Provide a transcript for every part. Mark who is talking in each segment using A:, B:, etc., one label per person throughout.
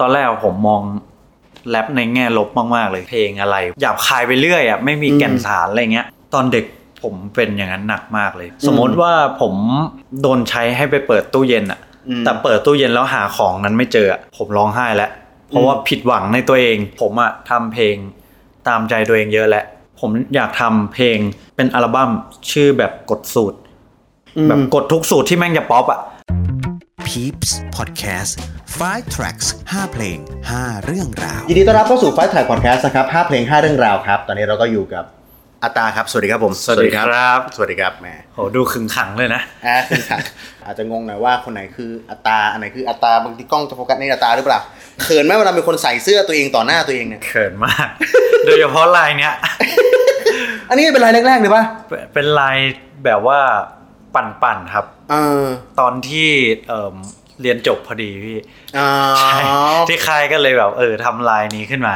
A: ตอนแรกผมมองแรปในแง่ลบมากๆเลยเพลงอะไรหยาบคายไปเรื่อยอ่ะไม่มีแก่นสารอะไรเงี้ย ตอนเด็กผมเป็นอย่างนั้นหนักมากเลย สมมติว่าผมโดนใช้ให้ไปเปิดตู้เย็นอ่ะ
B: อืม
A: แต่เปิดตู้เย็นแล้วหาของนั้นไม่เจออะผมร้องไห้แล้ว เพราะว่าผิดหวังในตัวเอง ผมอะทำเพลงตามใจตัวเองเยอะแหละ ผมอยากทำเพลงเป็นอัลบั้มชื่อแบบกดสูตร แบบกดทุกสูตรที่แม่งจะป๊อปอะ
C: Peeps Podcast 5 tracks 5 เพลง 5 เรื่องราว
B: ยินดีต้อนรับเข้าสู่ไฟถ่ายพอดแคสต์นะครับ5เพลง 5 เรื่องราวครับ ตอนนี้เราก็อยู่กับอาตาครับ สวัสดีครับผม
A: สวัสดีครับ
B: สวัสดีครับแหม
A: โหดูขึงขังเลยนะ
B: อ่าคือ อาจจะงงหน่อยว่าคนไหนคืออาตา อันไหนคืออาตา บางทีกล้องจะโฟกัสในอาตาหรือเปล่า เขินไหมเวลามีคนใส่เสื้อตัวเองต่อหน้าตัวเองเนี่ย
A: เขินมาก โดยเฉพาะลายเนี้ย
B: อันนี้เป็นรายแรกๆเลยป่ะ
A: เป็นลายแบบว่าปั่นๆครับ
B: เออ
A: ตอนที่เอิ่มเรียนจบพอดีพี่
B: อ๋อ
A: ใช่ ที่ค่ายก็เลยแบบเออทำลายนี้ขึ้นมา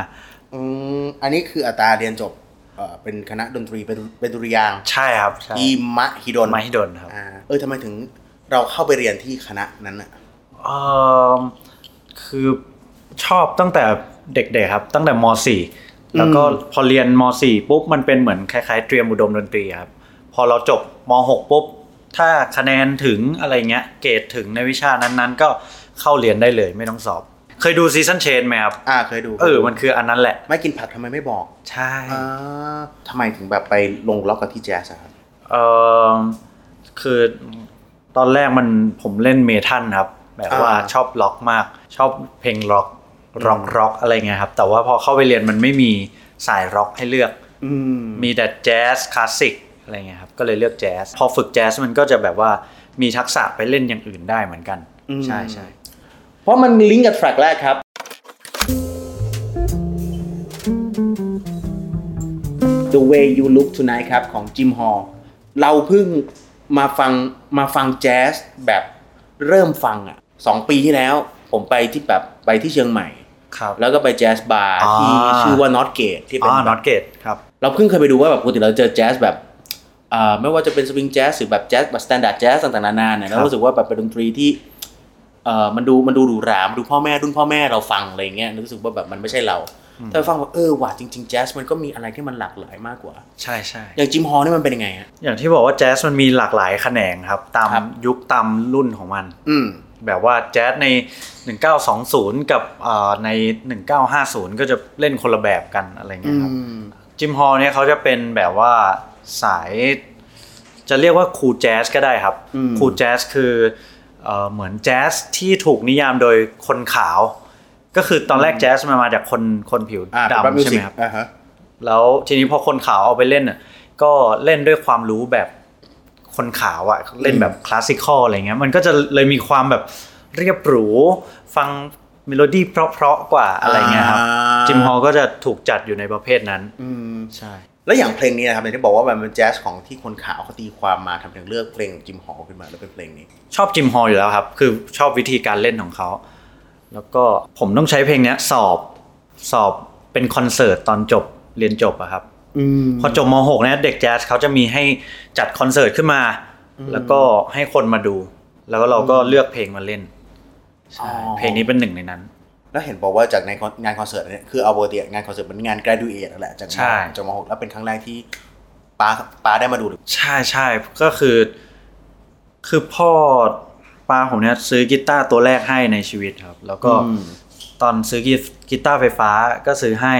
B: อืมอันนี้คืออาตาเรียนจบเออเป็นคณะดนตรีเป็นเป็นดุริยางค์
A: ใช่ครับใช่
B: ที่มหิดล
A: ไม้ดนครับ
B: อ่าเออทำไมถึงเราเข้าไปเรียนที่คณะนั้นอ่ะ
A: เออคือชอบตั้งแต่เด็กๆครับ ตั้งแต่ม .4 แล้วก็พอเรียนม .4 ปุ๊บมันเป็นเหมือนคล้ายๆ เตรียมอุดมดนตรีครับ พอเราจบม .6 ปุ๊บ ถ้าคะแนนถึงอะไรเงี้ย เกรดถึงในวิชานั้นๆ ก็เข้าเรียนได้เลยไม่ต้องสอบ เคยดูซีซันเชนไหมครับ
B: อ่าเคยดู
A: เออ มันคืออันนั้นแหละ
B: ไม่กินผักทำไมไม่บอก
A: ใช่
B: อ่าทำไมถึงแบบไปลงล็อกกับที่แจ๊สอะครับ
A: เออคือตอนแรกมันผมเล่นเมทัลครับ แบบว่า
B: อ่า
A: ชอบล็อกมาก ชอบเพลงล็อก ร็อกร็อกอะไรเงี้ยครับ แต่ว่าพอเข้าไปเรียนมันไม่มีสายร็อกให้เลือก
B: อืม
A: มีแต่แจ๊สคลาสสิกอะไรเงี้ยครับ ก็เลยเลือกแจ๊ส พอฝึกแจ๊สมันก็จะแบบว่ามีทักษะไปเล่นอย่างอื่นได้เหมือนกัน
B: อืม
A: ใช่ใช่
B: เพราะมันลิงก์กับแฟลกแรกครับ The way you look tonight ครับ ของจิมฮอลเราเพิ่งมาฟังมาฟังแจ๊สแบบเริ่มฟังอ่ะสองปีที่แล้ว ผมไปที่แบบไปที่เชียงใหม่
A: ครับ
B: แล้วก็ไปแจ๊สบาร์
A: อ่า
B: ที่ชื่อว่านอตเกตที่เป็
A: อ๋
B: น
A: อนอตเกตครับ
B: เราเพิ่งเคยไปดูว่าแบบปกติเราเจอแจ๊สแบบอ่าไม่ว่าจะเป็นสวิงแจ๊สหรือแบบแจ๊สแบบสแตนดาร์ดแจ๊สต่างๆนานาเนี่ย
A: ครั
B: เรา
A: บ
B: รู้สึกว่าแบบเป็นดนตรีที่เอ่อมันดูมันดูหรูหรามนดูพ่อแม่รุ่นพ่อแม่เราฟังอะไรเงี้ยรู้สึกว่าแบบมันไม่ใช่เราแต่ฟังว่าเออว่ะจริงๆแจ๊สมันก็มีอะไรที่มันหลากหลายมากกว่า
A: ใช่ใช่
B: อย่างจิมฮอลนี่มันเป็นยังไงฮะ
A: อย่างที่บอกว่าแจ๊สมันมีหลากหลายแขนงครับ ตาม
B: ครับ
A: ยุคตามรุ่นของมัน
B: อืม
A: แบบว่าแจ๊สใน 1920 กับเอ่อใน 1950 ก็จะเล่นคนละแบบกันอะไร
B: อื
A: เงี้ยครับ
B: ม
A: จิมฮอลเนี่ยเขาจะเป็นแบบว่าสาย จะเรียกว่าคูลแจ๊สก็ได้ครับ
B: อืม
A: คูลแจ๊สคือเอ่อเหมือนแจ๊สที่ถูกนิยามโดยคนขาว ก็คือตอนแรกแจ๊สมันมาจากคนคนผิว
B: อ่า
A: ดำใช่ไหมครับ
B: อ่าฮะ
A: แล้วทีนี้พอคนขาวเอาไปเล่นน่ะก็เล่นด้วยความรู้แบบคนขาวอะเล่นแบบคลาสสิคอลอะไรเงี้ยมันก็จะเลยมีความแบบเรียบหรู ฟังเมโลดี้เพราะๆกว่าอะไรเงี้ยครับ
B: อ่า
A: จิมฮอลก็จะถูกจัดอยู่ในประเภทนั้น
B: อืม
A: ใช่
B: แล้วอย่างเพลงนี้นะครับอย่างที่บอกว่ามันเป็นแจ๊สของที่คนขาวเขาตีความมาทำถึงเลือกเพลงของจิมฮอลขึ้นมาแล้วเป็นเพลงนี้
A: ชอบจิมฮอลอยู่แล้วครับ คือชอบวิธีการเล่นของเขา แล้วก็ผมต้องใช้เพลงเนี้ยสอบสอบเป็นคอนเสิร์ตตอนจบเรียนจบอะครับ
B: อืม
A: พอจบม .6 เนี่ยเด็กแจ๊สเขาจะมีให้จัดคอนเสิร์ตขึ้นมา แล้วก็ให้คนมาดู แล้วก็เราก็เลือกเพลงมาเล่นใช่
B: อ๋อ
A: เพลงนี้เป็นหนึ่งในนั้น
B: แล้วเห็นบอกว่าจากในคอนงานคอนเสิร์ตเนี่ยคือเอาปกติงานคอนเสิร์ตมันงาน graduate นั่นแหละจากม
A: ใช่
B: จากมหกแล้วเป็นครั้งแรกที่ป้าป้าได้มาดูหรือ
A: ใช่ใช่ก็คือ คือพ่อป้าผมเนี่ยซื้อกีตาร์ตัวแรกให้ในชีวิตครับ แล้วก็ตอนซื้อกีกีตาร์ไฟฟ้าก็ซื้อให้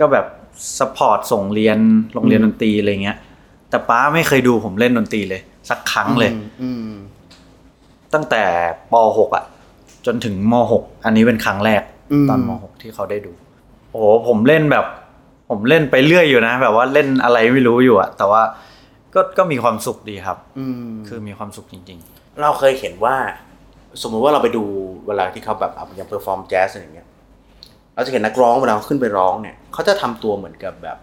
A: ก็แบบสปอร์ตส่งเรียนโรงเรียนดนตรีอะไรเงี้ย แต่ป้าไม่เคยดูผมเล่นดนตรีเลย สักครั้งเลย
B: อืม
A: ตั้งแต่ป .6 อ่ะ จนถึงม .6 อันนี้เป็นครั้งแรก ตอนม .6 ที่เขาได้ดู โอ้โหผมเล่นแบบ ผมเล่นไปเรื่อยอยู่นะ แบบว่าเล่นอะไรไม่รู้อยู่อะแต่ว่าก็ก็มีความสุขดีครับ
B: อืม
A: คือมีความสุขจริง
B: เราเคยเห็นว่า สมมุติว่าเราไปดูเวลาที่เขาแบบอ่ะอย่างเพอร์ฟอร์มแจ๊สอะไรอย่างเงี้ยเราจะเห็นนักร้องเวลาเขาขึ้นไปร้องเนี่ยเขาจะทำตัวเหมือนกับแบบ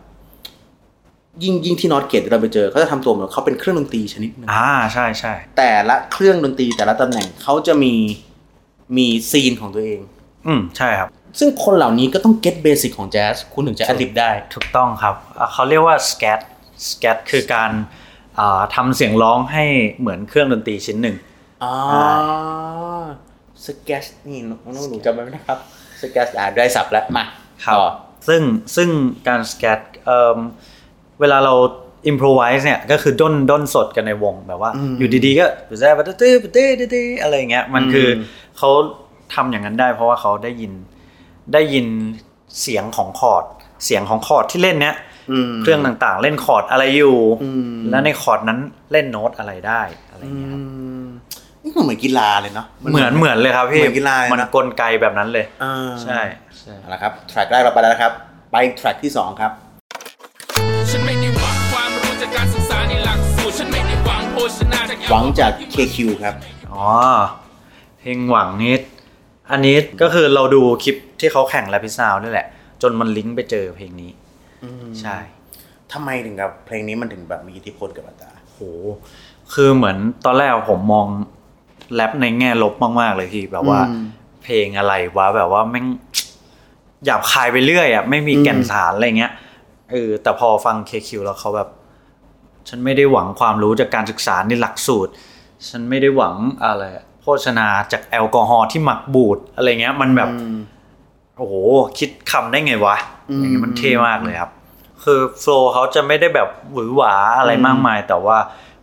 B: ยิ่งยิ่งที่นอตเกตเราไปเจอเขาจะทำตัวเหมือนเขาเป็นเครื่องดนตรีชนิดหนึง
A: ๆ อ่าใช่ใช่
B: แต่ละเครื่องดนตรีแต่ละตำแหน่งเขาจะมีมีซีนของตัวเอง
A: อืมใช่ครับ
B: ซึ่งคนเหล่านี้ก็ต้องเก็ตเบสิกของแจ๊สคุณถึงจะอดิบได้
A: ถูกต้องครับอ่ะเขาเรียกว่าส c ก t ส c ก t คือการอ่าทำเสียงร้องให้เหมือนเครื่องดนตรีชิ้นหนึ่ง
B: อ๋อสเก็ตนี่น้องหนูจำไว้นะครับ สแกสอ่าได้สับแล้วมา
A: ครับ
B: ต่อ
A: ซึ่งซึ่งการสแกตเอ่มเวลาเราอิมพ o ไวส์เนี่ยก็คือด้นด้นสดกันในวงแบบว่า
B: อืม
A: อยู่ดีๆก็แซ่บตื้อตื้อตื้อตื้ออะไรอย่างเงี้ยมันคืออ
B: ม
A: เขาทำอย่างนั้นได้ เพราะว่าเขาได้ยินได้ยินเสียงของคอร์ดเสียงของคอร์ดที่เล่นเนี้ย
B: อืม
A: เครื่องต่างๆ เล่นคอร์ดอะไรอยู่
B: อืม
A: แล้วในคอร์ดนั้นเล่นโน้ตอะไรได้อะไรอย่างเงี้ยครับ
B: นี่มันเหมือนกีฬาเลยเนาะ
A: เหมือนเหมือนเลยครับพี่
B: เหมือนกีฬาเลยนะ
A: มันกลไกแบบนั้นเลย
B: อ่า
A: ใช่ใช่
B: เอาละครับแทร็กแรกเราไปแล้วนะครับ ไปแทร็กที่สองครับ
D: ฉันไม่ได้หวังความรู้จากการศึกษาในหลักสูตร ฉันไม่ได้หวังโภชนาจาก
B: หวังจาก KQ ครับ
A: อ๋อเพลงหวังนิด อันนี้ก็คือเราดูคลิปที่เขาแข่งแรปพิซาวนี่แหละ จนมันลิงก์ไปเจอเพลงนี้ ใช่
B: ทำไมถึงกับเพลงนี้มันถึงแบบมีอิทธิพลกับอัตรา
A: โห คือเหมือนตอนแรกผมมองแรปในแง่ลบมากๆเลยพี่แบบว่า
B: อืม
A: เพลงอะไรวะแบบว่าแม่งหยาบคายไปเรื่อยอ่ะไม่มีแก่น
B: อืม
A: สารอะไรเงี้ยเออแต่พอฟัง KQ แล้วเขาแบบ ฉันไม่ได้หวังความรู้จากการศึกษาในหลักสูตร ฉันไม่ได้หวังอะไรโภชนาจากแอลกอฮอล์ที่หมักบูดอะไรเงี้ย มันแบบ
B: อืม
A: โอ้โห คิดคำได้ไงวะ อย่างเงี้ยมัน
B: อืม
A: เท่มากเลยครับ คือโฟลว์เขาจะไม่ได้แบบหวือหวาอะไรมากมาย แต่ว่า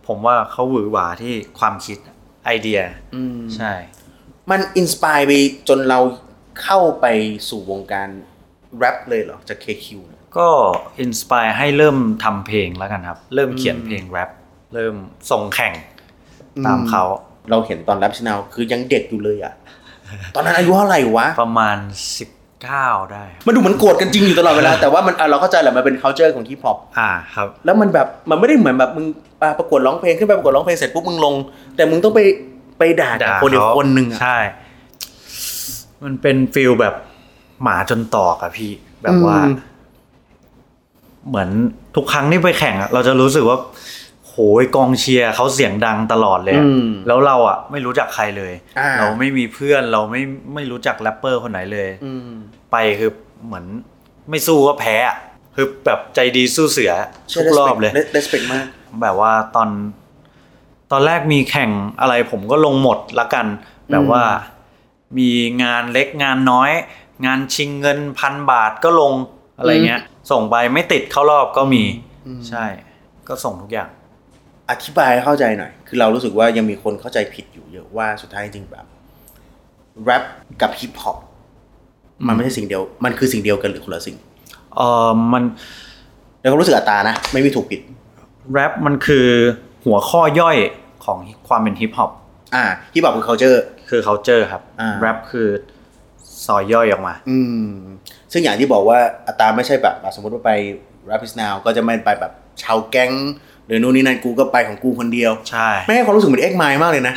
A: ผมว่าเขาหวือหวาที่ความคิดไอเดีย
B: อืม
A: ใช่
B: มันอินสปายไปจนเราเข้าไปสู่วงการแรปเลยเหรอจาก KQ เนี่ย
A: ก็อินสปายให้เริ่มทำเพลงแล้วกันครับ เริ่มเขียนเพลงแรปเริ่มส่งแข่งตาม
B: อืม
A: เขา
B: เราเห็นตอนแรปชแนลคือยังเด็กอยู่เลยอะตอนนั้นอายุเท่าไหร่วะ
A: ประมาณ 19 ได้
B: มันดูเหมือนโกรธกันจริงอยู่ตลอดเวลา แต่ว่ามันอ่ะเราเข้าใจแหละมันเป็น culture ของ hip hop
A: อ่าครับ
B: แล้วมันแบบมันไม่ได้เหมือนแบบมึงอ่ะประกวดร้องเพลงขึ้นไปประกวดร้องเพลงเสร็จปุ๊บมึงลง แต่มึงต้องไปไปด่า
A: ด่า
B: คนอีก
A: เขา
B: คนหนึ่งอะ
A: ใช่ มันเป็นฟิลแบบหมาจนตอกอะพี่แบบว่า
B: อืม
A: เหมือนทุกครั้งที่ไปแข่งอะเราจะรู้สึกว่าโหยกองเชียร์เขาเสียงดังตลอดเลยอะ
B: อืม
A: แล้วเราอะไม่รู้จักใครเลย
B: อ่า
A: เราไม่มีเพื่อนเราไม่ไม่รู้จักแรปเปอร์คนไหนเลย
B: อืม
A: ไปคือเหมือนไม่สู้ก็แพ้อะคือแบบใจดีสู้เสือ
B: ใช่
A: ทุก
B: respect
A: รอบเลย
B: res- respect มาก
A: แบบว่าตอนตอนแรกมีแข่งอะไรผมก็ลงหมดละกัน แบบว่ามีงานเล็กงานน้อย งานชิงเงินพันบาทก็ลงอะไรเงี้ย ส่งไปไม่ติดเข้ารอบก็มี
B: อืม
A: ใช่ ก็ส่งทุกอย่าง
B: อธิบายให้เข้าใจหน่อย คือเรารู้สึกว่ายังมีคนเข้าใจผิดอยู่เยอะว่าสุดท้ายจริงๆแบบแรปกับฮิปฮอปมันไม่ใช่สิ่งเดียว มันคือสิ่งเดียวกันหรือคนละสิ่ง
A: เออมัน
B: ในความรู้สึกอัตรานะ ไม่มีถูกผิด
A: แรปมันคือหัวข้อย่อยของความเป็นฮิปฮอป
B: อ่าฮิปฮอปคือ culture
A: คือ culture ครับ
B: อ่า
A: แรปคือซอยย่อยออกมา
B: อืม ซึ่งอย่างที่บอกว่าอัตราไม่ใช่แบบอ่ะสมมติว่าไป rap is now ก็จะไม่ไปแบบชาวแก๊งหรือนู่นนี่นั่นกูก็ไปของกูคนเดียว
A: ใช่
B: ไม่ให้ความรู้สึกเหมือนเอ็กไมมากเลยนะ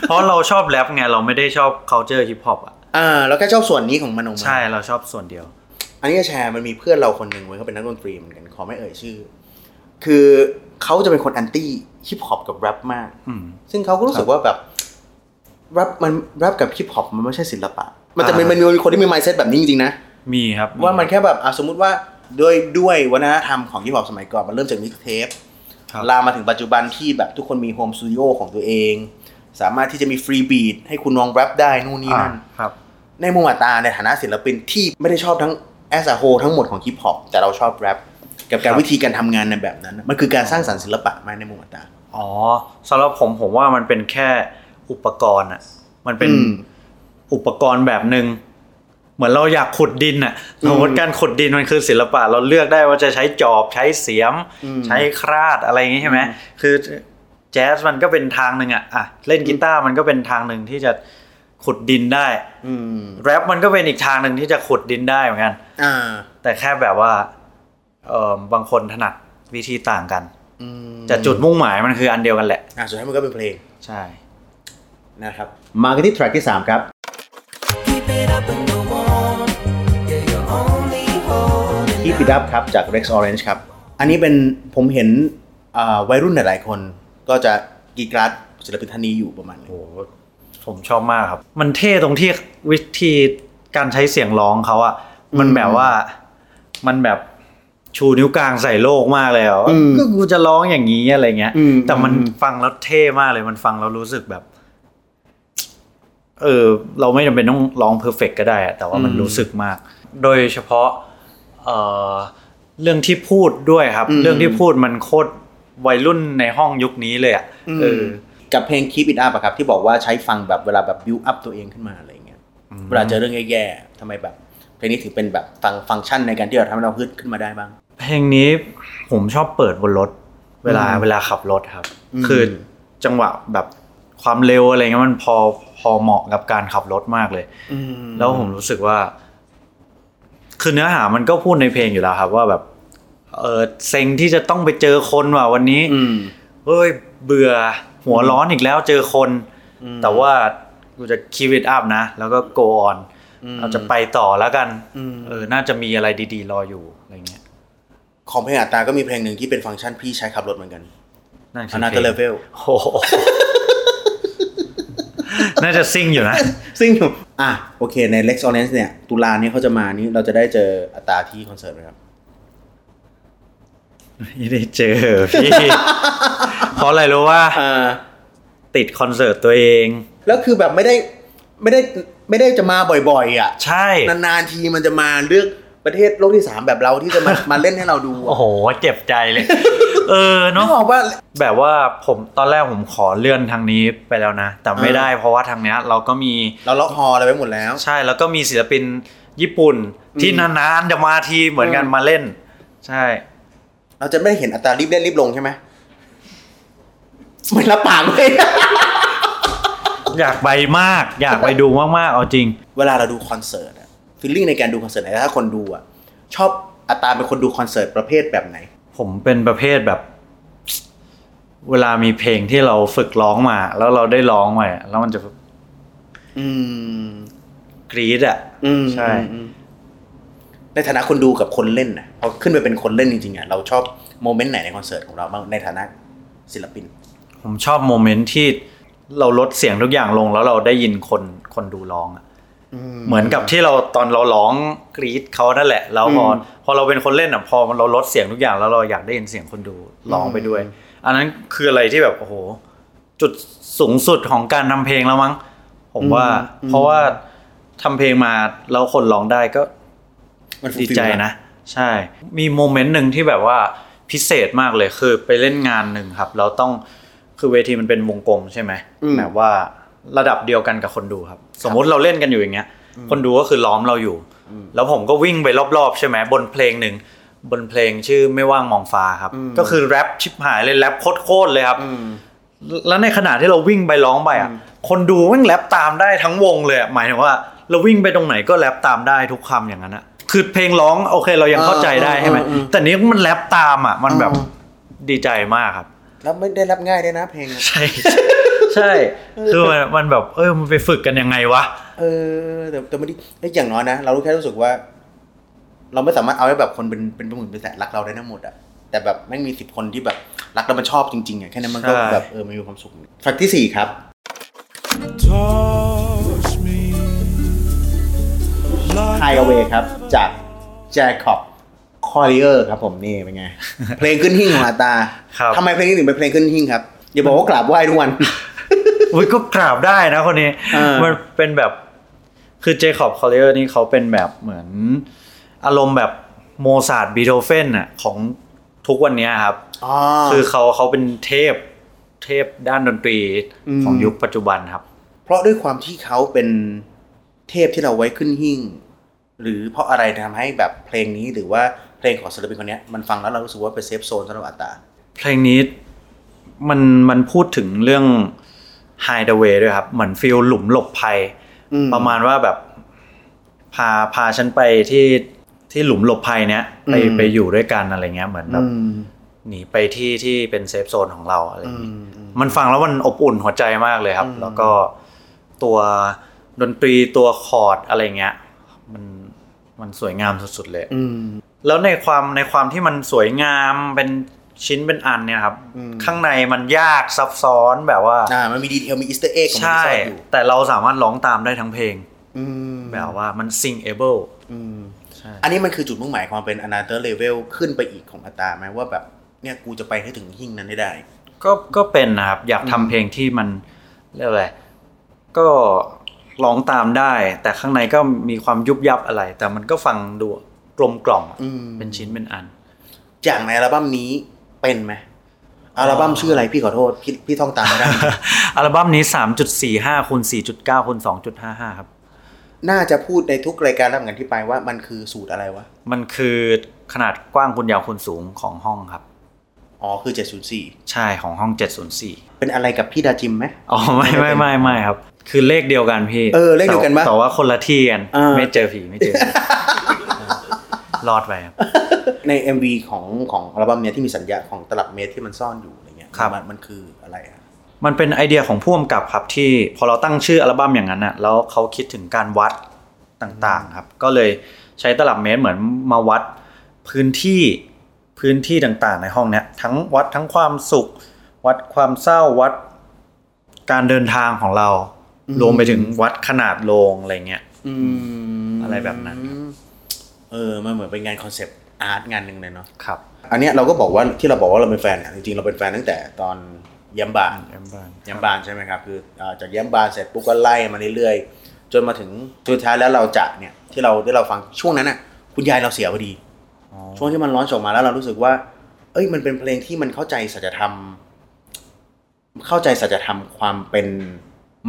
A: เพราะเราชอบแรปไงเราไม่ได้ชอบ culture ฮิปฮอปอ่ะ
B: อ่าแล้วก็ชอบส่วนนี้ของมันออกมา
A: ใช่เราชอบส่วนเดียว
B: อันนี้จะแชร์มันมีเพื่อนเราคนหนึ่งเว้ยเขาเป็นนักดนตรีเหมือนกันขอไม่เอ่ยชื่อ คือเขาจะเป็นคนแอนตี้ฮิปฮอปกับแรปมาก
A: อืม
B: ซึ่งเขาก็รู้สึกว่าแบบแรปมันแรปกับฮิปฮอปมันไม่ใช่ศิลปะ มันจะ
A: อ่ามั
B: มันมีคนที่มีมายเซ็ตแบบนี้จริงๆนะ
A: มีครับ
B: ว่ามันแค่แบบอ่ะสมมุติว่าด้วยด้วยวัฒนธรรมของฮิปฮอปสมัยก่อน มันเริ่มจากมิกเทป
A: ครับ
B: ลามมาถึงปัจจุบันที่แบบทุกคนมีโฮมสตูดิโอของตัวเอง สามารถที่จะมีฟรีบีทให้คุณลองแรปได้นู่นนี่นั่น
A: อ่าครับ
B: ในมุมอัตราในฐานะศิลปินที่ไม่ได้ชอบทั้งแอสโฮทั้งหมดของฮิปฮอปแต่เราชอบแรปกับการ
A: ครับ
B: วิธีการทำงานในแบบนั้นน่ะมันคือการสร้างสรรค์ศิลปะไหมาในมุมอัตรา
A: อ๋อสำหรับผมผมว่ามันเป็นแค่อุปกรณ์อะมันเป็น
B: อืม
A: อุปกรณ์แบบหนึ่งเหมือนเราอยากขุดดินอะสมมติการขุดดินมันคือศิลปะ เราเลือกได้ว่าจะใช้จอบใช้เสียม
B: อืม
A: ใช้คราดอะไรอย่างงี้ใช่ไหมคือแจ๊สมันก็เป็นทางหนึ่งอะอะเล่นกีตาร์มันก็เป็นทางหนึ่งที่จะขุดดินได้
B: ืม
A: แรปมันก็เป็นอีกทางหนึ่งที่จะขุดดินได้เหมือนกัน
B: อ่า
A: แต่แค่แบบว่าเออบางคนถนัดวิธีต่างกัน
B: อืม
A: แต่จุดมุ่งหมายมันคืออันเดียวกันแหละ
B: อ่าสุดท้ายมันก็เป็นเพลง
A: ใช่
B: นะครับ มากันที่แทร็กที่ 3 ครับ
E: Keep it up and go on. Yeah, you're only holding.
B: ที่ปิดับครับจาก Rex Orange ครับ อันนี้เป็นผมเห็นอ่าวัยรุ่นหลายๆคน ก็จะกรีดกราดศิลปินท่านนี้อยู่ประมาณหนึง
A: โอ้โหผมชอบมากครับ มันเท่ตรงที่วิธีการใช้เสียงร้องเขาอะมันแบบว่ามันแบบชูนิ้วกลางใส่โลกมากเลยอะก็กูจะร้องอย่างนี้อะไรเงี้ยแต่มันฟังแล้วเท่มากเลยมันฟังแล้วรู้สึกแบบ เออเราไม่จำเป็นต้องร้องเพอร์เฟกก็ได้อะแต่ว่ามัน
B: อืม
A: รู้สึกมาก โดยเฉพาะเออเรื่องที่พูดด้วยครับ
B: อืม
A: เรื่องที่พูดมันโคตรวัยรุ่นในห้องยุคนี้เลยอ่ะเออ
B: กับเพลง Keep It Up อะครับที่บอกว่าใช้ฟังแบบเวลาแบบ build up ตัวเองขึ้นมาอะไรอย่างเงี้ยเวลาเจอเรื่องแย่ๆทำไมแบบ เพลงนี้ถือเป็นแบบฟังฟังก์ชันในการที่เราทำให้เราฮึดขึ้นมาได้บ้าง
A: เพลงนี้ผมชอบเปิดบนรถ เวลา
B: อืม
A: เวลาขับรถครับ
B: อืม
A: คือจังหวะแบบความเร็วอะไรเงี้ยมันพอพอเหมาะกับการขับรถมากเลย แล้วผมรู้สึกว่า คือเนื้อหามันก็พูดในเพลงอยู่แล้วครับ ว่าแบบเออเซ็งที่จะต้องไปเจอคนว่ะวันนี้
B: อืม
A: เอ้ยเบื่อหัวร้อนอีกแล้วเจอคน
B: อืม
A: แต่ว่ากูจะ keep it up นะ แล้วก็ go on เราจะไปต่อแล้วกันเออน่าจะมีอะไรดีๆ รออยู่อะไรเงี้ย
B: ของเพลงอัตราก็มีเพลงหนึ่งที่เป็นฟังก์ชันพี่ใช้ขับรถเหมือนกัน
A: นั่นคื
B: อั
A: อน เพล
B: นั้
A: ง
B: นก็เลเวล
A: โอ้โห น่าจะซิ่งอยู่นะ
B: ซึ่งอยู่อ่ะโอเคใน Lex Orange เนี่ย ตุลาเนี่ยเขาจะมานี่เราจะได้เจออัตราที่คอนเสิร์ตไหมครับ
A: ไม่ได้เจอพี่ เพราะอะไรรู้ว่า
B: อ่า
A: ติดคอนเสิร์ตตัวเอง
B: แล้วคือแบบไม่ได้ไม่ได้ไม่ได้จะมาบ่อยๆอ่ะ
A: ใช่
B: นานๆทีมันจะมาเลือกประเทศโลกที่สามแบบเราที่จะมา มาเล่นให้เราดู
A: โอ้โห เจ็บใจเลย เออ
B: นึ
A: เนาะ
B: กออกว่า
A: แบบว่าผมตอนแรกผมขอเลื่อนทางนี้ไปแล้วนะ แต่ไม่
B: อ่า
A: ได้เพราะว่าทางเนี้ย เราก็มี
B: เราล็อกฮอลอะไรไปหมดแล้ว
A: ใช่ แล้วก็มีศิลปินญี่ปุ่นที่นานๆจะมาทีเหมือนกัน
B: อืม
A: มาเล่น ใช่
B: เราจะไม่ได้เห็นอัตรารีบเล่นรีบลงใช่ไหมมันรับปากเลย
A: อยากไปมาก อยากไปดูมากๆ เอาจริง
B: เวลาเราดูคอนเสิร์ตอะฟีลลิ่งในการดูคอนเสิร์ตไหนถ้าคนดูอะชอบอัตราเป็นคนดูคอนเสิร์ตประเภทแบบไหน
A: ผมเป็นประเภทแบบ เวลามีเพลงที่เราฝึกร้องมา แล้วเราได้ร้องมาแล้วมันจะ
B: อืม
A: กรี๊ดอ่ะ
B: อืม
A: ใช่
B: อืมในฐานะคนดูกับคนเล่นนะพอขึ้นไปเป็นคนเล่นจริงๆอะเราชอบโมเมนต์ไหนในคอนเสิร์ตของเราบ้างในฐานะศิลปิน
A: ผมชอบโมเมนต์ที่เราลดเสียงทุกอย่างลง แล้วเราได้ยินคนคนดูร้องอะเหมือนกับที่เราตอนเราร้องกรี๊ดเขานั่นแหละแล้วพออ
B: ม
A: พอเราเป็นคนเล่นอ่ะพอเราลดเสียงทุกอย่างแล้วเราอยากได้ยินเสียงคนดูร้องไปด้วย อันนั้นคืออะไรที่แบบโอ้โห จุดสูงสุดของการทำเพลงแล้วมั้ง ผมว่า
B: อืม
A: เพราะว่าทำเพลงมาแล้วคนร้องได้ก็
B: มันฟูล
A: ดี
B: ฟิล
A: ใจ
B: อะ
A: นะ ใช่ มีโมเมนต์หนึ่งที่แบบว่าพิเศษมากเลยคือไปเล่นงานหนึ่งครับ เราต้องคือเวทีมันเป็นวงกลมใช่ไหม
B: อืม
A: แบบว่าระดับเดียวกันกับคนดูครับ สมมุติเราเล่นกันอยู่อย่างเงี้ย คนดูก็คือล้อมเราอยู่ แล้วผมก็วิ่งไปรอบๆใช่ไหมบนเพลงหนึ่งบนเพลงชื่อไม่ว่างมองฟ้าครับ ก็คือแรปชิบหายเลยแรปโคตรๆเลยครับ แล้วในขณะที่เราวิ่งไปร้องไปอ่ะ คนดูแม่งแรปตามได้ทั้งวงเลยอะหมายถึงว่า เราวิ่งไปตรงไหนก็แรปตามได้ทุกคำอย่างนั้นอ่ะ คือเพลงร้องโอเคเรายังเข้าใจได้ใช่ไหม
B: เออเออเออ
A: แต่นี้มันแรปตามอ่ะ มันแบบ
B: เออ
A: ดีใจมากครับ
B: แล้วไม่ได้รับง่ายด้วยนะเพลงอะ
A: ใช่ ใช่ คือมันมันแบบเออมันไปฝึกกันยังไงวะ
B: เออแต่แต่ไม่ได้เอ้ยอย่างน้อยนะ เรารู้แค่รู้สึกว่า เราไม่สามารถเอาให้แบบคนเป็นเป็นหมื่นเป็นแสนรักเราได้ทั้งหมดอะแต่แบบแม่งมีสิบคนที่แบบรักแล้วมันชอบจริงๆอะแค่นั้นมันก็
A: ใช่
B: แบบเออมันมีความสุขแฟกต์ที่สี่ครับ
F: Touch me.
B: ไฮเวครับ จากแจคอบคอริเออร์ครับผมนี่เป็น ไง เพลงขึ้นหิ้งของอาตา
A: ครับ
B: ทำไมเพลงนี้ถึงเป็นเพลงขึ้นหิ้งครับอย่าบอกว่ากราบไหว้ทุกวัน
A: อุ้ยก็กราบได้นะคนนี้
B: เออ
A: มันเป็นแบบ คือเจคอบคอลเลอร์นี่เขาเป็นแบบเหมือน อารมณ์แบบโมซาร์ทบีโธเฟนอ่ะของทุกวันเนี้ยครับ
B: อ๋อ
A: คือเขาเขาเป็นเทพเทพด้านดนตรี
B: อืม
A: ของยุคปัจจุบันครับ
B: เพราะด้วยความที่เขาเป็นเทพที่เราไว้ขึ้นหิ่ง หรือเพราะอะไรทำให้แบบเพลงนี้หรือว่าเพลงของศิลปินคนเนี้ยมันฟังแล้วเรารู้สึกว่าเป็นเซฟโซนสำหรับอัตตา
A: เพลงนี้มันมันพูดถึงเรื่อง Hideaway ด้วยครับ เหมือนฟิลหลุมหลบภัย
B: อืม
A: ประมาณว่าแบบ พาพาฉันไปที่ที่หลุมหลบภัยเนี้ยไป
B: อืม
A: ไปอยู่ด้วยกันอะไรเงี้ยเหมือนแบ
B: อื
A: บ
B: ม
A: หนีไปที่ที่เป็นเซฟโซนของเราอะไร
B: อื
A: เงี้ย
B: มอืม
A: มันฟังแล้วมันอบอุ่นหัวใจมากเลยครับ
B: อืม
A: แล้วก็ตัวดนตรีตัวคอร์ดอะไรเงี้ย มันมันสวยงามสุดๆเลย
B: อืม
A: แล้วในความในความที่มันสวยงามเป็นชิ้นเป็นอันเนี่ยครับ
B: อืม
A: ข้างในมันยากซับซ้อนแบบว่า
B: อ่ามันมีดีเทลมีอีสเตอร์เอ็กของมัน
A: ใช่
B: ที่ซ่อนอยู่
A: แต่เราสามารถร้องตามได้ทั้งเพลง
B: อืม
A: แบบว่ามัน singable
B: อืม
A: ใช่
B: อันนี้มันคือจุดมุ่งหมายความเป็นอนาเตอร์เลเวลขึ้นไปอีกของอัตตาไหมว่าแบบเนี่ยกูจะไปให้ถึงหิ่งนั้นให้ได้
A: ก็ก็เป็นนะครับ อยากทำเพลงที่มันเรียกอะไรก็ ร้องตามได้ แต่ข้างในก็มีความยุบยับอะไร แต่มันก็ฟังดูกลมกล่อมอะ
B: อืม
A: เป็นชิ้นเป็นอัน
B: อย่างในอัลบั้มนี้เป็นไหมอัลบั้มชื่ออะไรพี่ขอโทษ พี่พี่ท่องตามไม่ได้
A: อัลบั้มนี้ 3.45คูณ4.9คูณ2.55 ครับ
B: น่าจะพูดในทุกรายการรับงานที่ไปว่ามันคือสูตรอะไรวะ
A: มันคือขนาดกว้างคูณยาวคูณสูงของห้องครับ
B: อ๋อคือ 704
A: ใช่ของห้อง 704
B: เป็นอะไรกับพี่ดาจิมไหม
A: อ๋อ ไม่ไม่ไม่ไม่ครับ คือเลขเดียวกันพี่
B: เออเลขเดียวกันปะ
A: แต่ว่าคนละที่กัน
B: เออ
A: ไม่เจอผีไม่เจ อผีรอดไปครับ
B: ใน MV ของของอัลบั้มเนี้ยที่มีสัญญาของตลับเมตรที่มันซ่อนอยู่อะไรเงี้ย
A: ครับ
B: มันมันคืออะไรอะ
A: มันเป็นไอเดียของผู้กำกับครับที่พอเราตั้งชื่ออัลบั้มอย่างนั้นอ่ะแล้วเขาคิดถึงการวัดต่างๆครับ ก็เลยใช้ตลับเมตรเหมือนมาวัดพื้นที่พื้นที่ต่างๆ ในห้องเนี้ยทั้งวัดทั้งความสุข วัดความเศร้าวัดการเดินทางของเรา
B: อืม
A: รวมไปถึงวัดขนาดโลงอะไรเงี้ย
B: อืม
A: อะไรแบบนั้นครับ
B: เออ มันเหมือนเป็นงานคอนเซปต์อาร์ตงานหนึ่งเลยเนาะ
A: ครับ
B: อันเนี้ยเราก็บอกว่าที่เราบอกว่าเราเป็นแฟนเนี่ยจริงๆเราเป็นแฟนตั้งแต่ตอนเยี่ยมบาน
A: แอมบาน
B: เยี่ยมบานใช่ไหมครับคืออ่าจากเยี่ยมบานเสร็จปุ๊บก็ไล่มาเรื่อยๆจนมาถึงสุดท้ายแล้วเราจะเนี่ยที่เราที่เราฟังช่วงนั้นน่ะคุณยายเราเสียพอดี
A: อ๋อ
B: ช่วงที่มันร้อนออกมาแล้วเรารู้สึกว่า เอ้ยมันเป็นเพลงที่มันเข้าใจสัจธรรม เข้าใจสัจธรรมความเป็น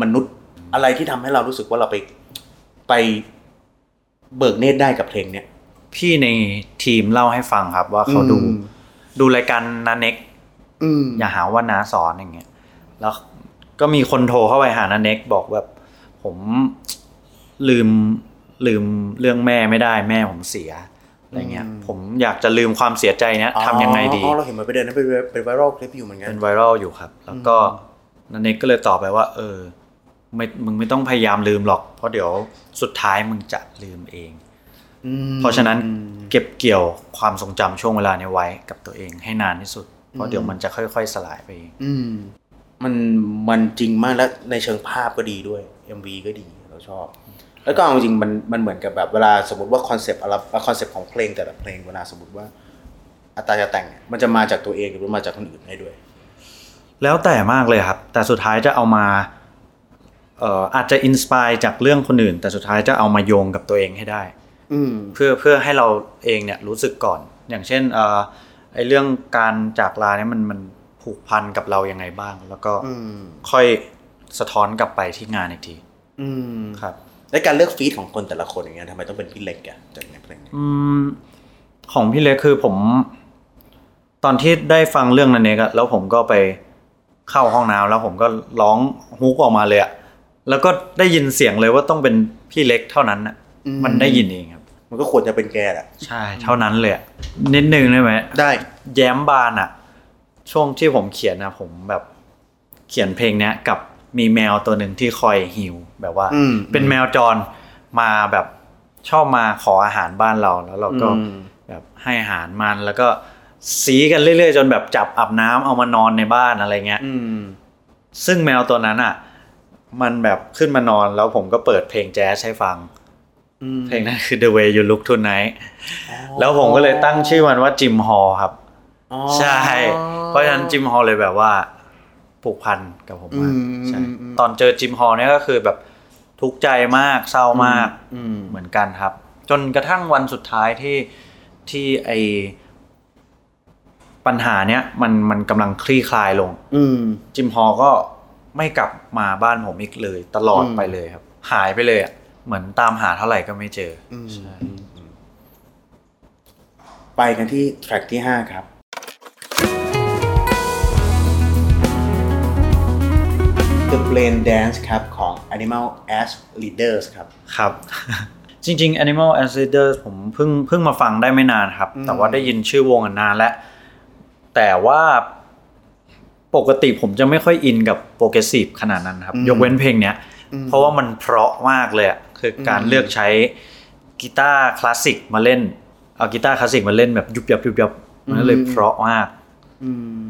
B: มนุษย์อะไรที่ทำให้เรารู้สึกว่าเราไปไปเบิกเนตรได้กับเพลงเนี่ย
A: พี่ในทีมเล่าให้ฟังครับ ว่าเขาดู
B: อืม
A: ดูรายการนาเน็ก
B: อืม
A: อย่าหาว่าน้าสอนอย่างเงี้ย แล้วก็มีคนโทรเข้าไปหานาเน็กบอกแบบ ผมลืมลืมเรื่องแม่ไม่ได้แม่ผมเสียอะไรเงี้ย
B: อืม
A: ผมอยากจะลืมความเสียใจเนี้ยทำยังไงดี
B: อ๋อเราเห็นมันไปเดินนั้นเป็นเป็นไวรัลคลิปอยู่เหมือนกัน
A: เป็นไวรัลอยู่ครับ แล้วก็นันเน็กก็เลยตอบไปว่า เออไม่มึงไม่ต้องพยายามลืมหรอก เพราะเดี๋ยวสุดท้ายมึงจะลืมเอง
B: ม
A: เพราะฉะนั้นเก็บเกี่ยวความทรงจำช่วงเวลานี้ไว้กับตัวเองให้นานที่สุด เพราะเดี๋ยวมันจะค่อย ๆ สลายไปเอง
B: อืมมันมันจริงมากแล้วในเชิงภาพก็ดีด้วย MV ก็ดีเราชอบ แล้วก็เอาจริงๆมันมันเหมือนกับแบบเวลาสมมติว่าคอนเซปต์อะไรคอนเซปต์ของเพลงแต่ละเพลงเวลาสมมติว่า อัตราจะแต่งเนี่ยมันจะมาจากตัวเองหรือมาจากคนอื่นให้ด้วย
A: แล้วแต่มากเลยครับ แต่สุดท้ายจะเอามาเอ่ออาจจะอินสปายจากเรื่องคนอื่น แต่สุดท้ายจะเอามาโยงกับตัวเองให้ได้
B: อืม
A: เพื่อเพื่อให้เราเองเนี่ยรู้สึกก่อน อย่างเช่นเอ่อไอเรื่องการจากลาเนี่ยมันมันผูกพันกับเรายังไงบ้าง แล้วก็
B: อืม
A: ค่อยสะท้อนกลับไปที่งานอีกที
B: อืม
A: ครับ
B: และการเลือกฟีดของคนแต่ละคนอย่างเงี้ยทำไมต้องเป็นพี่เล็กอะจากในเพลงเนี่ย
A: อืมของพี่เล็กคือผม ตอนที่ได้ฟังเรื่องนั้นเองอะแล้วผมก็ไปเข้าห้องน้ำแล้วผมก็ร้องฮุกออกมาเลยอะแล้วก็ได้ยินเสียงเลยว่าต้องเป็นพี่เล็กเท่านั้นอะมันได้ยินเองครับ
B: มันก็ควรจะเป็นแกแหละ
A: ใช่ เท่านั้นเลยอะนิดนึงได้ไหม
B: ได้
A: แย้มบานอะช่วงที่ผมเขียนนะผมแบบเขียนเพลงเนี้ยกับมีแมวตัวหนึ่งที่คอยหิวแบบว่า
B: อืม
A: เป็นแมวจรมาแบบชอบมาขออาหารบ้านเราแล้วเราก็
B: อืม
A: แบบให้อาหารมันแล้วก็สีกันเรื่อยๆ จนแบบจับอาบน้ำเอามานอนในบ้านอะไรเงี้ย
B: อืม
A: ซึ่งแมวตัวนั้นอ่ะ มันแบบขึ้นมานอนแล้วผมก็เปิดเพลงแจ๊สให้ฟัง
B: อืม
A: เพลงนั้นคือ The Way You Look Tonight แล้วผมก็เลยตั้งชื่อมันว่าจิมฮอลครับ
B: อ๋อ
A: ใช่ เพราะฉะนั้นจิมฮอลเลยแบบว่าผูกพันกับผมมาก
B: อืม
A: ใช่
B: อืมอืม
A: ตอนเจอจิมฮอลเนี่ยก็คือแบบทุกข์ใจมากเศร้ามาก
B: อืม
A: เหมือนกันครับ จนกระทั่งวันสุดท้ายที่ที่ไอปัญหาเนี้ยมันมันกำลังคลี่คลายลง
B: อืม
A: จิมฮอก็ไม่กลับมาบ้านผมอีกเลย ตลอด
B: อืม
A: ไปเลยครับ หายไปเลยอะเหมือนตามหาเท่าไหร่ก็ไม่เจออใช่
B: ไปกันที่แทร็กที่ 5 ครับ The Plain Dance ครับของ Animal as Leaders ครับ
A: ครับ จริง ๆ Animal a s i d e r ผมเพิ่งเพิ่งมาฟังได้ไม่นานครับ
B: อืม
A: แต่ว่าได้ยินชื่อวงอันนานแล้ว แต่ว่าปกติผมจะไม่ค่อยอินกับโปรเกรสซีฟขนาดนั้นครับ ยกเว้นเพลงเนี้ย เพราะว่ามันเพราะมากเลยอะคือการ
B: อืม
A: เลือกใช้กีตาร์คลาสสิกมาเล่น เอากีตาร์คลาสสิกมาเล่นแบบยุบยับยุบยับมันก็เลยเพราะมาก
B: อืม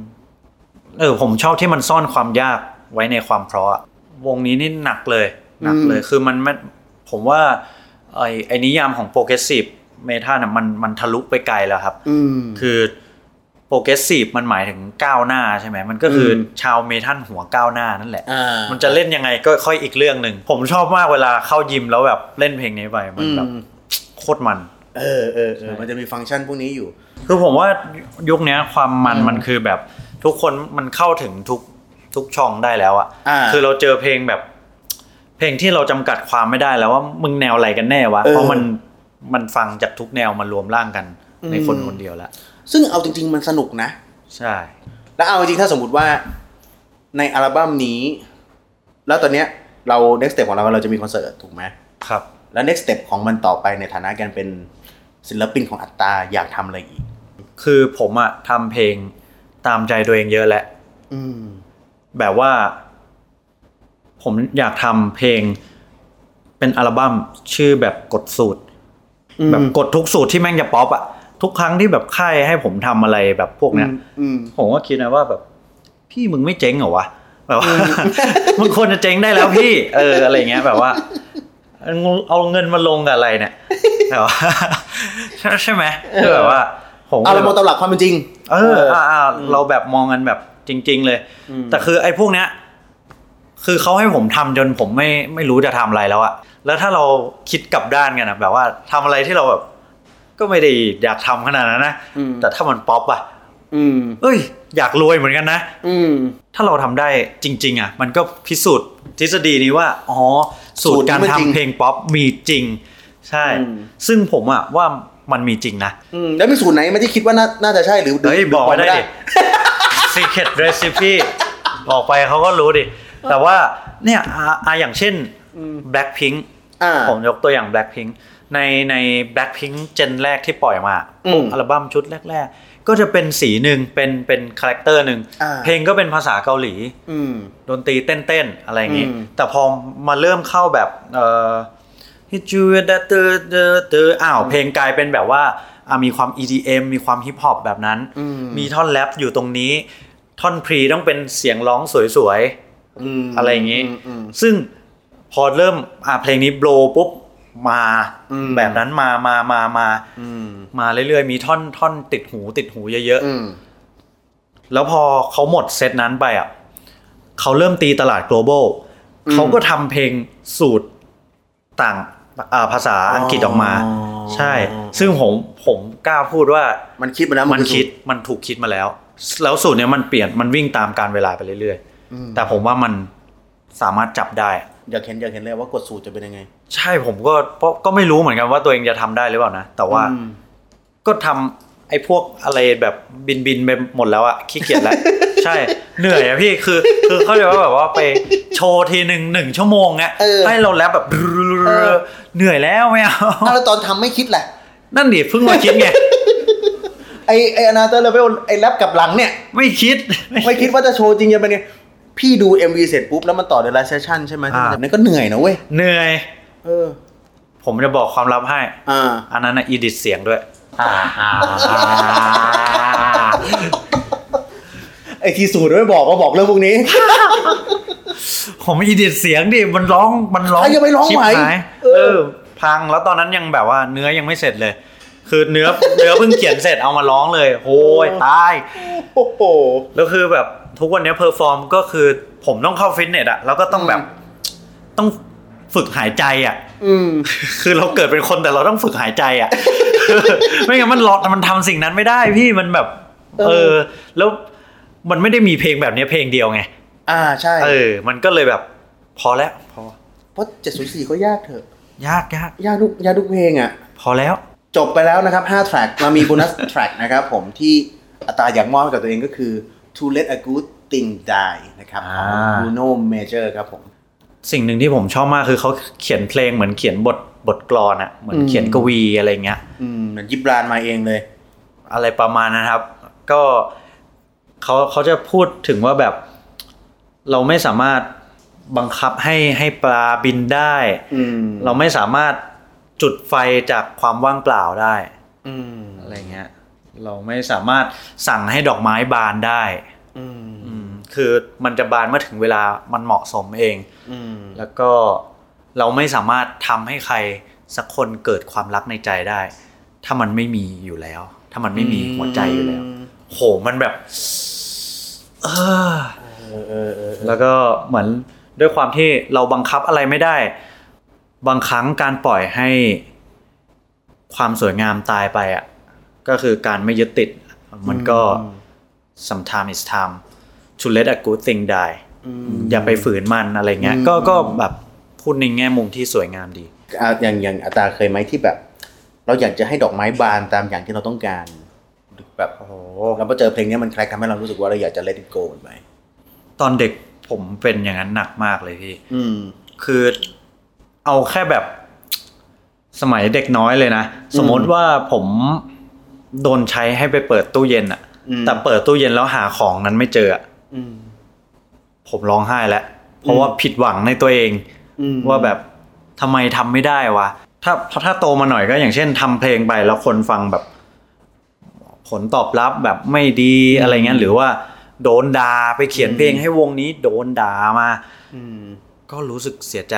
A: เออผมชอบที่มันซ่อนความยากไว้ในความเพราะอะวงนี้นี่หนักเลยหนักเลย
B: อืม
A: คือมันมันผมว่าไอไอนิยามของโปรเกรสซีฟเมทัลน่ะมันมันทะลุไปไกลแล้วครับ
B: อืม
A: คือ โปรเกรสซีฟมันหมายถึงก้าวหน้าใช่ไหมมันก็คืออ
B: ม
A: ชาวเมทัลหัวก้าวหน้านั่นแหละ
B: อ่ามั
A: มันจะเล่นยังไงก็ค่อยอีกเรื่องหนึ่ง ผมชอบมากเวลาเข้ายิมแล้วแบบเล่นเพลงนี้ไป มันแบบ
B: อืม
A: โคตรมัน
B: เออเออเออมันจะมีฟังก์ชันพวกนี้อยู่
A: คือผมว่ายุคเนี้ยความมัน
B: อืม
A: มันคือแบบทุกคนมันเข้าถึงทุกทุกช่องได้แล้วอะ
B: อ่า
A: คือเราเจอเพลงแบบ เพลงที่เราจำกัดความไม่ได้แล้วว่ามึงแนวอะไรกันแน่วะ
B: เออ
A: เพราะมันมันฟังจากทุกแนวมารวมร่างกันในคน
B: อืม
A: คนเดียวละ
B: ซึ่งเอาจริง ๆ มันสนุกนะ
A: ใช่
B: แล้วเอาจริงๆถ้าสมมติว่าในอัลบั้มนี้ แล้วตอนเนี้ยเรา next step ของเราเราจะมีคอนเสิร์ตถูกไหม
A: ครับ
B: แล้ว next step ของมันต่อไปในฐานะการเป็นศิลปินของอัตตาอยากทำอะไรอีก
A: คือผมอะทำเพลงตามใจตัวเองเยอะแหละ
B: อืม
A: แบบว่า ผมอยากทำเพลงเป็นอัลบั้มชื่อแบบกดสูตร แบบกดทุกสูตรที่แม่งจะป๊อปอะทุกครั้งที่แบบค่ายให้ผมทำอะไรแบบพวกเนี้ย
B: อืม
A: ผมก็คิดนะว่าแบบ พี่มึงไม่เจ๊งเหรอวะแบบว่า มึงควรจะเจ๊งได้แล้วพี่เอออะไรเงี้ยแบบว่า เอาเงินมาลงกับอะไรเนี่ยแบบว่า ใช่ใช่ไหมคือแบบว่า ผมก็
B: เอา
A: ล
B: เรา
A: ย
B: มองตำหลักความเป็นจริง
A: เอออ่าอ่าเราแบบมองกันแบบจริง ๆ เลย
B: อืม
A: แต่คือไอ้พวกเนี้ยคือเขาให้ผมทำจนผมไม่ไม่รู้จะทำอะไรแล้วอะแล้วถ้าเราคิดกลับด้านกันอะแบบว่าทำอะไรที่เราแบบ ก็ไม่ได้อยากทำขนาดนั้นนะ
B: อืม
A: แต่ถ้ามันป๊อปอะ
B: อืม
A: เอ้ย อยากรวยเหมือนกันนะ
B: อืม
A: ถ้าเราทำได้จริง ๆอะมันก็พิสูจน์ทฤษฎีนี้ว่าอ๋อสูตรการ
B: สูตรนี้มัน
A: ทำ
B: จริง
A: เพลงป๊อปมีจริง ใช่
B: อืม
A: ซึ่งผมอะว่ามันมีจริงนะ
B: อืมแล้วมีสูตรไหนไหม่ที่คิดว่าน่าน่าจะใช่หรือหรื
A: เฮ้ยบอก
B: หรื
A: ไม่ได้ ดิ secret recipe บอกไปเขาก็รู้ดิ แต่ว่าเนี่ยอ่ะอ่ะอย่างเช่น blackpink
B: อ่า
A: ผมยกตัวอย่าง Blackpink ในใน Blackpink เจนแรกที่ปล่อยมา
B: อืม
A: พวกอัลบั้มชุดแรก ๆ ก็จะเป็นสีหนึ่งเป็นเป็นคาแรคเตอร์หนึ่ง
B: อ่า
A: เพลงก็เป็นภาษาเกาหลี
B: อืม
A: ดนตรีเต้น ๆ อะไรอย่างนี้
B: อืม
A: แต่พอมาเริ่มเข้าแบบเอ่อฮิจูเดเตอร์เดเตอร์อ้าว เพลงกลายเป็นแบบว่าอ่ะมีความ EDM มีความฮิปฮอปแบบนั้น มีท่อนแรปอยู่ตรงนี้ ท่อนพรีต้องเป็นเสียงร้องสวย
B: ม
A: อะไรอย่างนี้
B: มอืม
A: ซึ่งพอเริ่มอ่ะเพลงนี้โบลปุ๊บมา
B: อืม
A: แบบนั้นมามามามา
B: อืม
A: มาเรื่อยๆ มีท่อนท่อนติดหูติดหูเยอะ
B: อืม
A: ๆ แล้วพอเขาหมดเซตนั้นไปอ่ะเขาเริ่มตีตลาด global
B: อืม
A: เขาก็ทำเพลงสูตรต่างอ่าภาษาอังกฤษออกมา
B: อ๋อ
A: ใช่ ซึ่งผมผมกล้าพูดว่า
B: มันคิดมาแล้ว
A: มัน
B: คือสู
A: คิ
B: ต
A: ด
B: ร
A: มันถูกคิดมาแล้ว แล้วสูตรเนี้ยมันเปลี่ยนมันวิ่งตามการเวลาไปเรื่อย
B: อืม
A: ๆ แต่ผมว่ามันสามารถจับได้
B: อยากเห็นอยากเห็นเลยว่ากดสูตรจะเป็นยังไง
A: ใช่ผมก็เพราะก็ไม่รู้เหมือนกันว่าตัวเองจะทำได้หรือเปล่านะ แต่ว่า
B: อืม
A: ก็ทำไอ้พวกอะไรแบบบินบินๆไปหมดแล้วอะขี้เกียจแล้ว ใช่เหนื่อยอะพี่คือ คือเขาเรียกว่าแบบว่าไปโชว์ทีหนึ่งหนึ่งชั่วโมงเงี้ย
B: เออ
A: ให้เราแรปแบบ
B: เออ
A: เหนื่อยแล้วไม่เอา
B: อ้าวแล้วตอนทำไม่คิดแหละ
A: นั่นดิเพิ่งมาคิดไง
B: ไอไออนาเตอร์เลเวลไอแรปกลับหลังเนี่ย
A: ไม่คิด
B: ไม่คิดว่าจะโชว์จริงจะเป็นไง พี่ดู MV เสร็จปุ๊บ แล้วมันต่อเดลเซชันใช่ไหม
A: อ่า
B: แบบนั้นก็เหนื่อยนะเว้ย
A: เหนื่อย
B: เออ
A: ผมจะบอกความลับให้
B: อ่า
A: อันนั้นนะอีดิทเสียงด้วยอ่า
B: ไอที่สูตรไม่บอกก็บอกเรื่องพวกนี้
A: ผมอีดิทเสียงดิมันร้องมันร้อง
B: ใครจะไปร้อง
A: ชิบ
B: ไหว
A: าย
B: เออ
A: เออ พังแล้วตอนนั้นยังแบบว่าเนื้อยังไม่เสร็จเลย คือเนื้อ เนื้อเพิ่งเขียนเสร็จเอามาร้องเลยโอ้ยตาย
B: โอ้โห
A: แล้วคือแบบทุกวันนี้เพอร์ฟอร์มก็คือผมต้องเข้าฟิตเนสอะแล้วก็ต้องแบบ ต้องฝึกหายใจอะ
B: อืม
A: คือเราเกิดเป็นคนแต่เราต้องฝึกหายใจอะ ไม่งั้นมันหลอดมันทำสิ่งนั้นไม่ได้พี่มันแบบ
B: เอ
A: เอ
B: อ
A: อ แล้วมันไม่ได้มีเพลงแบบนี้เพลงเดียวไง
B: อ่าใช่
A: เออ มันก็เลยแบบ พอแล้ว พอ
B: เพราะ704ก็ยากเถอะ
A: ยากยาก
B: ยากทุกยากทุกเพลงอ่ะ
A: พอแล้ว
B: จบไปแล้วนะครับ5 track มามี bonus track นะครับผมที่อัตราอยากมอบให้กับตัวเองก็คือ To Let a Good Thing Die นะครับของ
A: อ่า
B: Bruno Major ครับผม
A: สิ่งหนึ่งที่ผมชอบมากคือเขาเขียนเพลงเหมือนเขียนบทบทกลอนอะเหมือน
B: อืม
A: เขียนกวีอะไรเงี้ย
B: อืมเหมือนยิบรานมาเองเลย
A: อะไรประมาณนะครับ ก็เขาเขาจะพูดถึงว่าแบบ เราไม่สามารถบังคับให้ให้ปลาบินได้
B: อืม
A: เราไม่สามารถจุดไฟจากความว่างเปล่าได้
B: อืม
A: อะไรเงี้ย เราไม่สามารถสั่งให้ดอกไม้บานได้
B: อืม
A: อืมคือมันจะบานเมื่อถึงเวลามันเหมาะสมเอง
B: อืม
A: แล้วก็เราไม่สามารถทำให้ใครสักคนเกิดความรักในใจได้ ถ้ามันไม่มีอยู่แล้ว ถ้ามันไม่มีหัวใจอยู่แล้ว โ โหมันแบบเออ
B: เออเออเออ
A: แล้วก็เหมือนด้วยความที่เราบังคับอะไรไม่ได้ บางครั้งการปล่อยให้ความสวยงามตายไปอ่ะก็คือการไม่ยึดติด มันก็ sometimes it's time to let a good thing die
B: อืม
A: อย่าไปฝืนมันอะไรเงี้ย
B: อืม
A: ก็ก็แบบพูดในแง่มุมที่สวยงามดี
B: อ่ะอย่างอย่างอาตาเคยไหมที่แบบ เราอยากจะให้ดอกไม้บานตามอย่างที่เราต้องการแบบโอ้โหแล้วพอเจอเพลงเนี้ยมันคล้ายทำให้เรารู้สึกว่าเราอยากจะ let it go มันไป
A: ตอนเด็กผมเป็นอย่างนั้นหนักมากเลยพี่
B: อืม
A: คือเอาแค่แบบสมัยเด็กน้อยเลยนะ สมมติว่าผมโดนใช้ให้ไปเปิดตู้เย็นอะ
B: อืม
A: แต่เปิดตู้เย็นแล้วหาของนั้นไม่เจออะ
B: อืม
A: ผมร้องไห้แล้วเพราะว่าผิดหวังในตัวเอง
B: อืม
A: ว่าแบบทำไมทำไม่ได้วะถ้าถ้าโตมาหน่อยก็อย่างเช่นทำเพลงไปแล้วคนฟังแบบ ผลตอบรับแบบไม่ดีอะไรเงี้ยหรือว่า โดนด่าไปเขียนเพลงให้วงนี้โดนด่ามา
B: อืม
A: ก็รู้สึกเสียใจ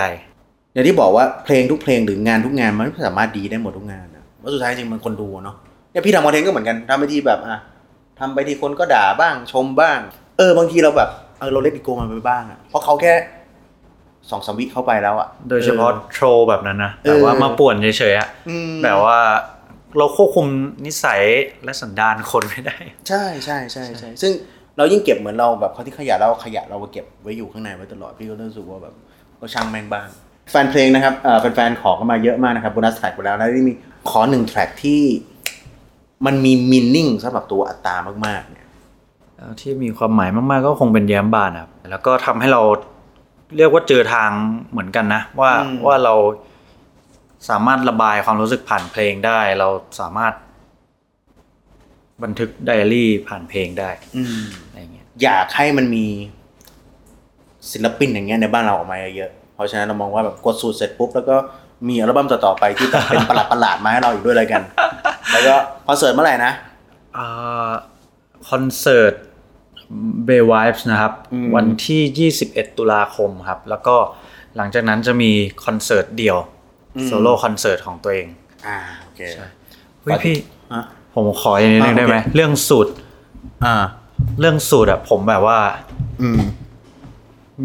B: อย่างที่บอกว่าเพลงทุกเพลงหรืองานทุกงานมันไม่สามารถดีได้หมดทุกงานนะว่าะสุดท้ายจริงมันคนดูอะเนาะเนี่ยพี่ทำคอนเทนต์ก็เหมือนกันทำไปทีแบบอ่ะทำไปทีคนก็ด่าบ้างชมบ้าง เออบางทีเราแบบเออเราเล่นอีโกมันไปบ้างอ่ะเพราะเขาแค่สองสามวิเข้าไปแล้วอ่ะ
A: โดยเฉพาะโทรแบบนั้นนะ
B: เออ
A: แบบว่ามาป่วนเฉยๆอะ
B: เอออืม
A: แบบว่าเราควบคุมนิสัยและสันดานคนไม่ได้
B: ใช่ใช่ใช่ใช่ซึ่งเรายิ่งเก็บเหมือนเราแบบเขาที่ขยะเราขยะเราเก็บไว้อยู่ข้างในไว้ตลอดพี่ก็รู้สึกว่าแบบก็ช่างแม่งบ้างแฟนเพลงนะครับเอ่อแฟนๆขอกันมาเยอะมากนะครับโบนัสแท็กไปแล้วแล้วนี่มีขอหนึ่งแท็กที่ มันมีมินนิ่งสำหรับตัวอัตตามากๆเนี่ย
A: แล้วที่มีความหมายมากๆก็คงเป็นแย้มบานครับ แล้วก็ทำให้เราเรียกว่าเจอทางเหมือนกันนะ ว่า
B: อืม
A: ว่าเราสามารถระบายความรู้สึกผ่านเพลงได้ เราสามารถ บันทึกไดอารี่ผ่านเพลงได้อะไรเงี้ย
B: อยากให้มันมีศิลปินอย่างเงี้ยในบ้านเราออกมาเยอะๆเพราะฉะนั้นเรามองว่าแบบกดสูตรเสร็จปุ๊บแล้วก็มีอัลบั้มต่อๆไปที่แบบเป็นประหลาดประหลาดๆมาให้เราอีกด้วยเลยกัน แล้วก็คอนเสิร์ตเมื่อไหร่นะ
A: อ่าคอนเสิร์ตเบย์ไวส์นะครับ
B: อืม
A: วันที่ 21 ตุลาคมครับ แล้วก็หลังจากนั้นจะมีคอนเสิร์ตเดี่ยวโซโล่คอนเสิร์ตของตัวเอง
B: อ่าโอเค
A: เฮ้ยพี่
B: ฮะ
A: ผมขออย่างนี้หนึง
B: อ่ะ
A: ได้ไหม
B: โอเค
A: เรื่องสูตร
B: อ่า
A: เรื่องสูตรอะผมแบบว่า
B: อืม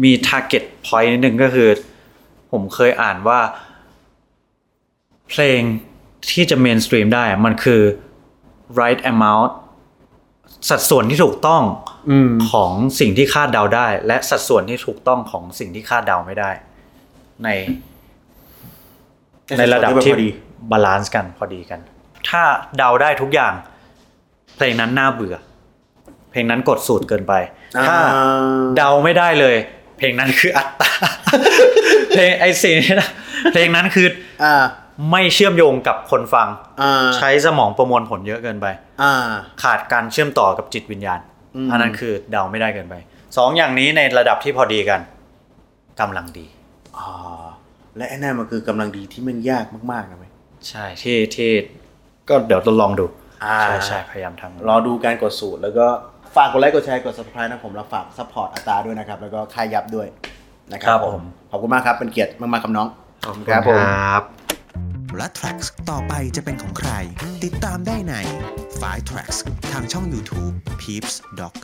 A: มี target point นิดนึงก็คือ ผมเคยอ่านว่า เพลงที่จะ mainstream ได้อะมันคือ right amount สัดส่วนที่ถูกต้องของสิ่งที่คาดเดาได้ และสัดส่วนที่ถูกต้องของสิ่งที่คาดเดาไม่ได้ ในในระดับที่
B: พอดี
A: บาลานซ์กันพอดีกัน ถ้าเดาได้ทุกอย่าง เพลงนั้นน่าเบื่อ เพลงนั้นกดสูตรเกินไป ถ้า เดาไม่ได้เลย เพลงนั้นคืออัตตา เพลงไอซีนี่นะเพลงนั้นคือ
B: อ่า
A: ไม่เชื่อมโยงกับคนฟัง
B: อ่า
A: ใช้สมองประมวลผลเยอะเกินไป
B: อ่า
A: ขาดการเชื่อมต่อกับจิตวิญญาณ
B: อืม
A: อันนั้นคือเดาไม่ได้เกินไปสองอย่างนี้ในระดับที่พอดีกันกำลังดี
B: อ่าและไอ้นั่นมันคือกำลังดีที่มันยากมากๆนะเว้ย
A: ใช่ที่ที่ก็เดี๋ยวทดลองดู
B: อ่า
A: ใช่ใช่พยายามทำ
B: รอดูการกดสูตรแล้วก็ฝากกดไลค์กดแชร์กด subscribe นะผมแล้วฝาก support อัตราด้วยนะครับ แล้วก็ค่ายยับด้วยนะค
A: ค
B: รั
A: รั
B: บบ
A: ผม
B: ขอบคุณมากครับ เป็นเกียรติมากๆครับน้อง
A: ครับ
C: และ Tracks ต่อไปจะเป็นของใคร ติดตามได้ใน f i Tracks ทางช่อง YouTube Peeps Doc